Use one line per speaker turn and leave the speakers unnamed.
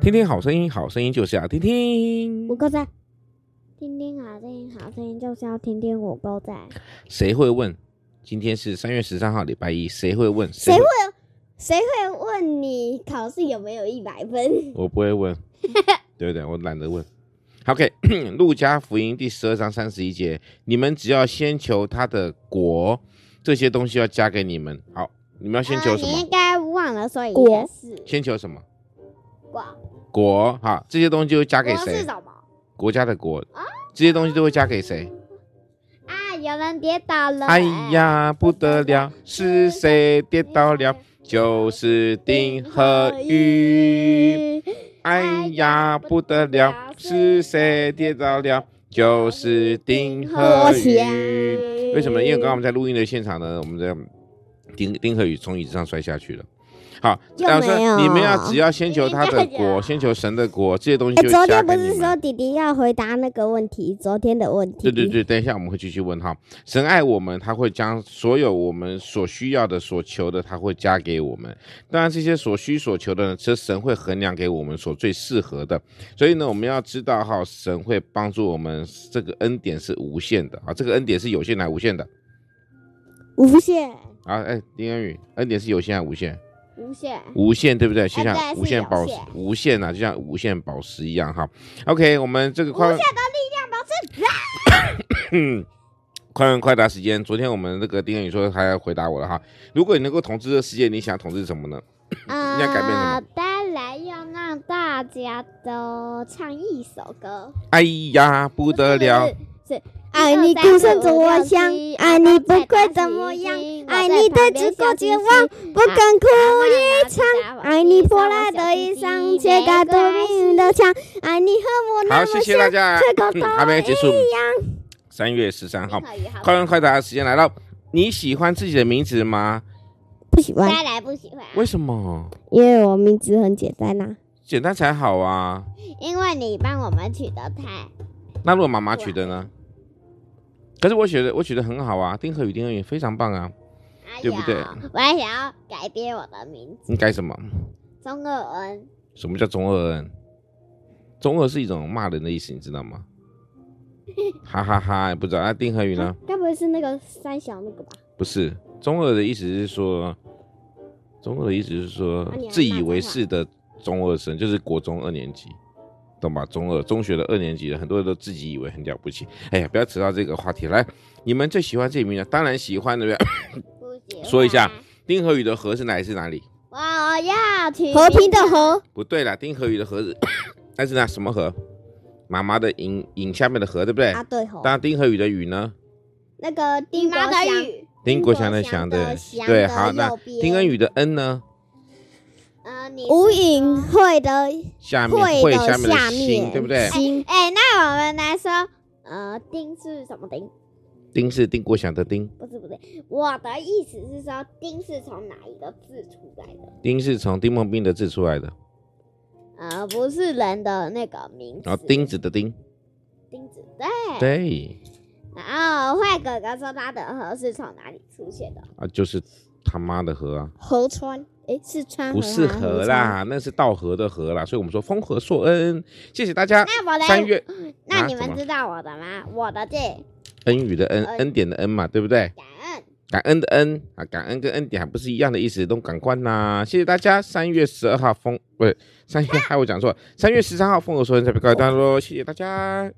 听听好声音，好声音就是要听听
五。个赞，听听好声音，好声音就是要听听五个赞。
谁会问？今天是三月十三号，礼拜一，谁会问？
谁会？谁会问你考试有没有一百分？
我不会 问，对不对？我懒得问。OK，《 路加福音》第十二章三十一节，你们只要先求他的国，这些东西要加给你们。好，你们要先求什
啊你
么？
应该忘了说一
国
件事。
先求什么？
国
国哈，这些东西就会加给
国是
谁？
什么？
国家的国
啊，
这些东西都会加给谁？
啊，有人跌倒了。
哎呀，不得了，是谁跌倒 了？就是丁和玉。哎呀，不得了，是谁跌倒了？就是丁和宇。为什么？因为刚刚我们在录音的现场呢，我们的丁丁和宇从椅子上摔下去了。好，
又
然后
没有
说你们要只要先求他的
你们要
国，先求神的国，这些东西
哎、
就
昨
加
天不
给
是
你们。
说弟弟要回答那个问题，昨天的问题。
对对对，等一下我们会继续问哈。神爱我们，他会将所有我们所需要的、所求的，他会加给我们。当然，这些所需所求的呢，这神会衡量给我们所最适合的。所以呢，我们要知道哈，神会帮助我们，这个恩典是无限的啊，这个恩典是有限的还是无限的
无限
啊？哎，丁恩宇，恩典是有限还是无限？
无限。
无限对不对？就像
对是
无限
有
宝石
限，
无限啊，就像无限宝石一样哈。OK，我们这个快问嗯， 快问快答时间。昨天我们那个丁宇说还要回答我了哈。如果你能够统治这世界，你想统治什么呢？
啊，
你要改变什
当然要让大家都唱一首歌，
哎呀，不得了！
是！是
爱你孤身走我乡，爱你不管怎么样，爱你对足够绝望，不敢哭
啊
一场。爱你破烂的衣裳，却盖住命运的墙。爱你和我那
好，谢
么像，
谢大家
缺口。
嗯
都
还没有结束。
一样。
三月十三号，
好
快问快答的时间来到。你喜欢自己的名字吗？
不喜欢，
当然不喜欢，啊
为什么？
因为我名字很简单呐、
简单才好啊。
因为你帮我们取得太
那如果妈妈取的呢？可是我取的，我取的很好啊，丁和宇、丁和宇非常棒啊。
哎
对不对
呀我还想要改变我的名字，
你改什么？
中二文
什么叫中二恩？中二是一种骂人的意思，你知道 吗？哈哈哈，不知道。那丁和宇
啊
呢？
该不会是那个三小那个吧？
不是，中二的意思是说，中二的意思是说
啊你还
自以为是的中二生，就是国中二年级，懂吧？中二中学的二年级的，很多人都自己以为很了不起。哎呀，不要扯到这个话题来。你们最喜欢这名字？当然喜欢，对不对？
不喜欢。啊
说一下，丁和宇的和是哪是哪里？
我要取
和平的
名字，
和，
不对啦，丁和宇的和是 那是那什么和？妈妈的影影下面的和，对不对？
啊对吼，
当然，丁和宇的宇呢？
那个
你
丁
妈
国
的
祥，
雨，
丁国祥的
祥
祥的
祥
对，
的
好，那
右边
丁恩宇的恩呢？
呃，你
吴
是
颖
说
会的
下面
会
会
的
下面
下
的心，
面，
对不对？
心
哎、那我们来说，呃，丁是什么丁？
丁是丁国祥的丁，
不是不对，我的意思是说，丁是从哪一个字出来的？
丁是从丁梦斌的字出来的，
呃，不是人的那个名字。
然后钉子的钉，
丁子对。
对
然后坏哥哥说他的和是从哪里出现的？
啊，就是他妈的河啊，
河川，诶，是川
不是河啦，那是道河的河啦，所以我们说风和硕恩，谢谢大家。
那我来，
三月
那
啊
你
怎
们
么
知道我的吗？我的字
恩雨的恩，
呃
恩
恩典的恩嘛，对不对？
感恩。
感恩的恩啊，感恩跟恩典还不是一样的意思，都感官呐。谢谢大家，三月十二号风，不是三月，害我讲错，三月十三号风和说人才被告一段落，谢谢大家。